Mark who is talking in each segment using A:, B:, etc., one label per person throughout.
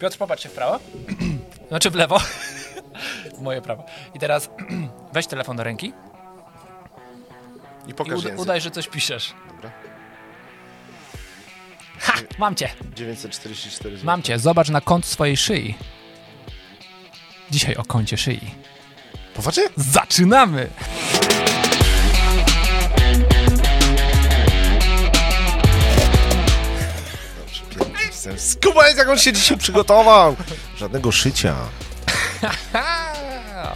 A: Piotr, popatrz się w prawo. Znaczy w lewo. Moje prawo. I teraz weź telefon do ręki
B: I
A: i
B: pokaż
A: ud-
B: język.
A: udaj, że coś piszesz.
B: Dobra.
A: Ha! Mam cię!
B: 944 zł.
A: Mam cię, zobacz na kąt swojej szyi. Dzisiaj o kącie szyi.
B: Poważnie?
A: Zaczynamy!
B: Dobrze, pięknie. Jestem Skubaniec, jak on się dzisiaj przygotował. Żadnego szycia.
A: Ha!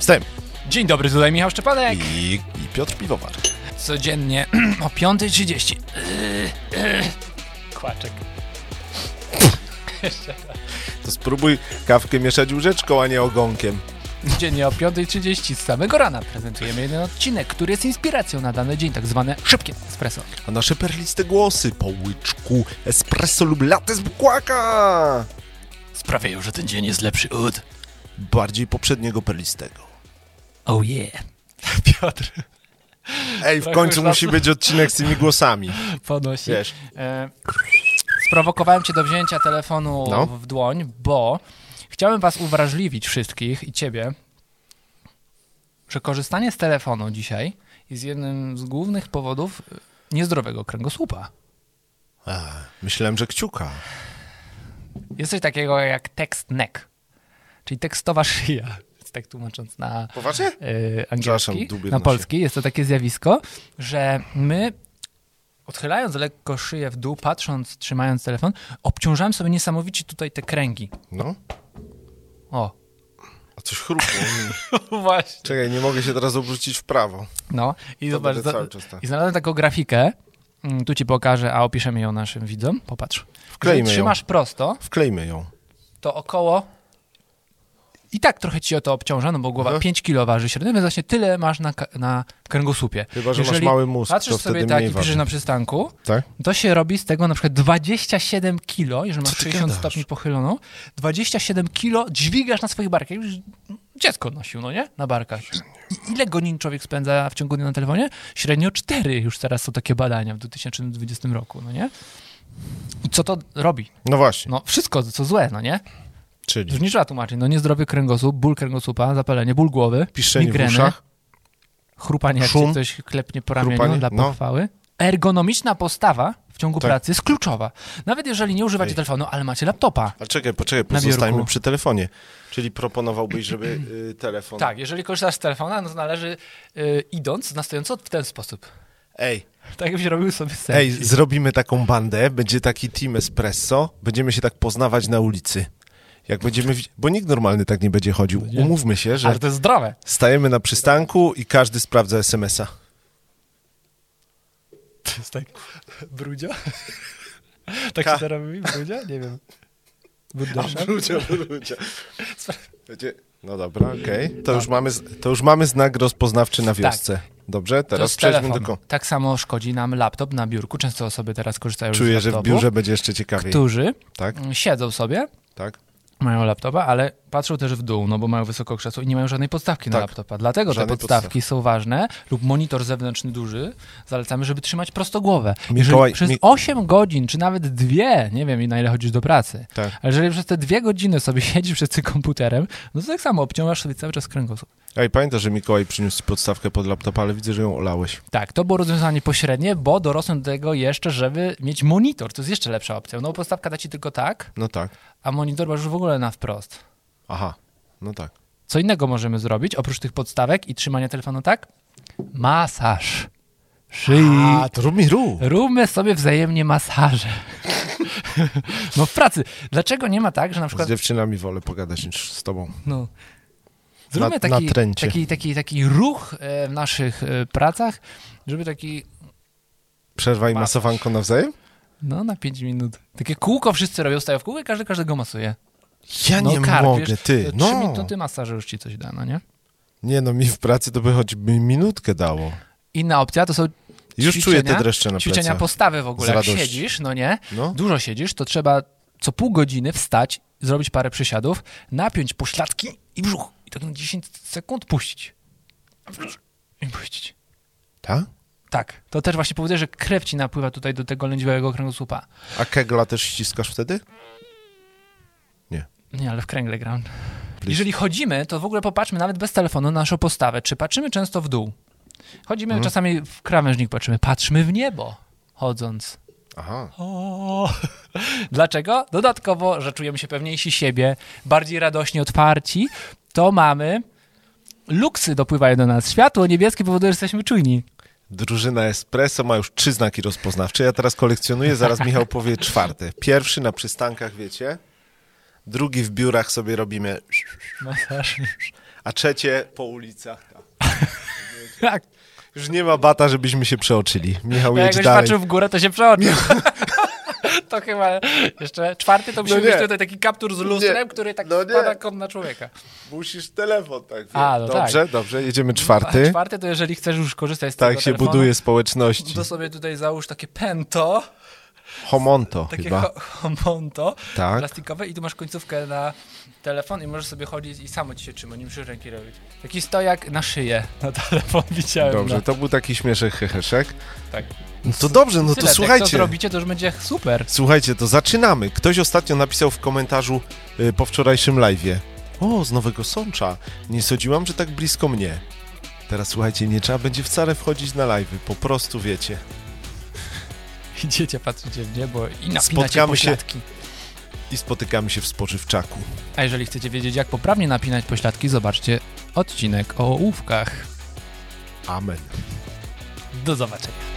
B: Wstęp.
A: Dzień dobry, tutaj Michał Szczepanek.
B: I, i Piotr Piwowar.
A: Codziennie o 5.30. Kłaczek.
B: To spróbuj kawkę mieszać łyżeczką, a nie ogonkiem.
A: Codziennie o 5.30 z samego rana prezentujemy jeden odcinek, który jest inspiracją na dany dzień, tak zwane szybkie espresso.
B: A nasze perliste głosy po łyczku espresso lub latte z bukłaka.
A: Sprawiają, że ten dzień jest lepszy od...
B: Bardziej poprzedniego perlistego.
A: Oh yeah. Piotr
B: Ej, w
A: Tak
B: końcu
A: już
B: musi być odcinek z tymi głosami.
A: ponosi.
B: Wiesz.
A: E, sprowokowałem cię do wzięcia telefonu
B: No.
A: w dłoń, bo chciałem was uwrażliwić wszystkich i ciebie, że korzystanie z telefonu dzisiaj jest jednym z głównych powodów e, niezdrowego kręgosłupa.
B: Ach, myślałem, że kciuka.
A: Jest coś takiego jak tekst neck, czyli tekstowa szyja, tak tłumacząc na
B: Poważnie?
A: e,
B: Przepraszam,
A: angielski,
B: dubię
A: na
B: noszę.
A: polski. Jest to takie zjawisko, że my odchylając lekko szyję w dół, patrząc, trzymając telefon, obciążamy sobie niesamowicie tutaj te kręgi.
B: No.
A: O,
B: A coś chrupło.
A: właśnie.
B: Czekaj, nie mogę się teraz obrócić w prawo.
A: No i
B: To
A: zobacz,
B: będę
A: za,
B: cały czas tak.
A: i znalazłem taką grafikę, Mm, tu ci pokażę, a opiszemy ją naszym widzom. Popatrz. Jeżeli
B: Wklejmy ją.
A: trzymasz prosto,
B: Wklejmy ją.
A: to około. I tak trochę ci o to obciąża, no bo głowa
B: Aha.
A: 5 kg waży średnio, więc właśnie tyle masz na, ka- na kręgosłupie.
B: Chyba, że masz mały mózg,
A: patrzysz
B: to wtedy
A: sobie tak
B: mniej
A: i piszesz
B: waży.
A: na przystanku,
B: Tak?
A: to się robi z tego na przykład 27 kg, jeżeli masz
B: ty
A: 60
B: gadasz?
A: stopni pochyloną, 27 kg dźwigasz na swoich barkach. Już dziecko nosił, no nie? Na barkach. I, i ile godzin człowiek spędza w ciągu dnia na telefonie? Średnio 4 już teraz są takie badania w 2020 roku, no nie? I co to robi?
B: No właśnie.
A: No wszystko, co złe, no nie?
B: Czyli
A: Już nie trzeba tłumaczyć. No niezdrowy kręgosłup, ból kręgosłupa, zapalenie, ból głowy,
B: piszczenie
A: migreny,
B: w uszach.
A: chrupanie, jak
B: szum,
A: się coś klepnie po ramieniu
B: chrupanie,
A: dla
B: no.
A: pochwały. Ergonomiczna postawa w ciągu
B: Tak.
A: pracy jest kluczowa. Nawet jeżeli nie używacie
B: Ej.
A: telefonu, ale macie laptopa.
B: A czekaj, poczekaj,
A: Na
B: pozostańmy
A: biurku.
B: przy telefonie. Czyli proponowałbyś, żeby y, telefon...
A: Tak, jeżeli korzystasz z telefona, no to należy y, idąc, na stojąco w ten sposób.
B: Ej,
A: Tak jakbyś robił sobie sen.
B: ej, zrobimy taką bandę, będzie taki team espresso, będziemy się tak poznawać na ulicy. Jak będziemy... wi- Bo nikt normalny tak nie będzie chodził. Umówmy się, że
A: Ale to jest zdrowe.
B: stajemy na przystanku i każdy sprawdza SMS-a.
A: To jest tak... Brudzio? tak
B: Ka-
A: się to robi? Brudzio? Nie wiem. Buddysza?
B: Ludzie, ludzie. Będzie... No dobra, okej. To, już mamy z- to już mamy znak rozpoznawczy na wiosce. Dobrze?
A: Tak. To
B: Teraz
A: jest
B: przejdźmy
A: telefon.
B: do... ko-
A: Tak samo szkodzi nam laptop na biurku. Często osoby teraz korzystają
B: Czuję,
A: z
B: że w
A: laptopu,
B: biurze będzie jeszcze ciekawiej.
A: którzy
B: Tak,
A: mm, siedzą sobie,
B: tak.
A: mają laptopa, ale patrzą też w dół, no bo mają wysoko krzesło i nie mają żadnej podstawki na
B: Tak.
A: laptopa. Dlatego te
B: Żadnej
A: podstawki są ważne lub monitor zewnętrzny duży zalecamy, żeby trzymać prosto głowę.
B: Mikołaj,
A: Jeżeli przez
B: mi-
A: 8 godzin, czy nawet dwie, nie wiem na ile chodzisz do pracy,
B: Tak.
A: ale jeżeli przez te dwie godziny sobie siedzisz przed tym komputerem, no to tak samo obciążasz sobie cały czas kręgosłup.
B: Ej, pamiętasz, że Mikołaj przyniósł ci podstawkę pod laptopa, ale widzę, że ją olałeś.
A: Tak, to było rozwiązanie pośrednie, bo dorosłem do tego jeszcze, żeby mieć monitor. To jest jeszcze lepsza opcja. No bo podstawka da ci tylko tak,
B: No tak.
A: a monitor masz już w ogóle na wprost.
B: Aha, no tak.
A: Co innego możemy zrobić, oprócz tych podstawek i trzymania telefonu tak? Masaż. Szyi.
B: A, to rób mi rób.
A: Róbmy sobie wzajemnie masaże. no w pracy. Dlaczego nie ma tak, że na przykład...
B: Z dziewczynami wolę pogadać niż z tobą.
A: No. Zróbmy
B: Na-
A: taki,
B: na tręcie.
A: taki, taki, taki ruch e, w naszych e, pracach, żeby taki
B: Przerwa i
A: Masz.
B: masowanko nawzajem?
A: No, na 5 minut. Takie kółko wszyscy robią, stają w kółko i każdy każdego masuje.
B: Ja
A: no,
B: nie
A: karp,
B: mogę,
A: wiesz,
B: ty.
A: Trzy
B: No.
A: minuty masażu już ci coś da, no nie?
B: Nie no, mi w pracy to by choćby minutkę dało.
A: Inna opcja to są
B: Już
A: ćwiczenia,
B: czuję te dreszcze na
A: ćwiczenia
B: plecach.
A: postawy w
B: Z
A: ogóle. Jak
B: radości.
A: siedzisz, no nie?
B: No.
A: Dużo siedzisz, to trzeba co pół godziny wstać, zrobić parę przysiadów, napiąć pośladki i brzuch. I tak na 10 sekund puścić. I puścić.
B: Tak?
A: Tak, to też właśnie powiedzieć, że krew ci napływa tutaj do tego lędźwiowego kręgosłupa.
B: A kegla też ściskasz wtedy?
A: Nie, ale w kręgle gram. Jeżeli chodzimy, to w ogóle popatrzmy nawet bez telefonu na naszą postawę. Czy patrzymy często w dół? Chodzimy
B: Mhm.
A: czasami w krawężnik, patrzymy. Patrzmy w niebo, chodząc.
B: Aha.
A: O. Dlaczego? Dodatkowo, że czujemy się pewniejsi siebie, bardziej radośnie otwarci, to mamy luksy dopływają do nas. Światło niebieskie powoduje, że jesteśmy czujni.
B: Drużyna Espresso ma już trzy znaki rozpoznawcze. Ja teraz kolekcjonuję, zaraz Michał powie czwarty. Pierwszy na przystankach, wiecie. Drugi w biurach sobie robimy.
A: Masaż.
B: A trzecie po ulicach.
A: Tak.
B: Już nie ma bata, żebyśmy się przeoczyli. Michał,
A: Jak
B: jedź
A: ktoś
B: dalej.
A: patrzył w górę, to się przeoczył. To chyba jeszcze czwarty, to musi
B: No
A: być
B: nie.
A: tutaj taki kaptur z lustrem,
B: Nie.
A: który tak
B: No nie.
A: spada kon na człowieka.
B: Musisz telefon tak.
A: A, no
B: dobrze, dobrze, jedziemy czwarty.
A: A czwarty to jeżeli chcesz już korzystać z
B: tak
A: tego
B: się
A: telefonu,
B: buduje społeczności.
A: to sobie tutaj załóż takie pento,
B: Homonto
A: takie
B: chyba.
A: ho- homonto
B: Tak.
A: plastikowe i tu masz końcówkę na telefon i możesz sobie chodzić i samo ci się trzyma, nie musisz ręki robić. Taki stojak na szyję na telefon widziałem.
B: Dobrze,
A: no.
B: to był taki śmieszek heheszek.
A: Tak.
B: No to dobrze,
A: Tyle,
B: no to
A: jak to
B: słuchajcie.
A: zrobicie, to już będzie super.
B: Słuchajcie, to zaczynamy. Ktoś ostatnio napisał w komentarzu y, po wczorajszym live'ie. O, z Nowego Sącza. Nie sądziłam, że tak blisko mnie. Teraz słuchajcie, nie trzeba będzie wcale wchodzić na live'y. Po prostu wiecie.
A: Idziecie, patrzycie w niebo i napinacie
B: Spotkamy
A: pośladki.
B: I spotykamy się w spożywczaku.
A: A jeżeli chcecie wiedzieć, jak poprawnie napinać pośladki, zobaczcie odcinek o ołówkach.
B: Amen.
A: Do zobaczenia.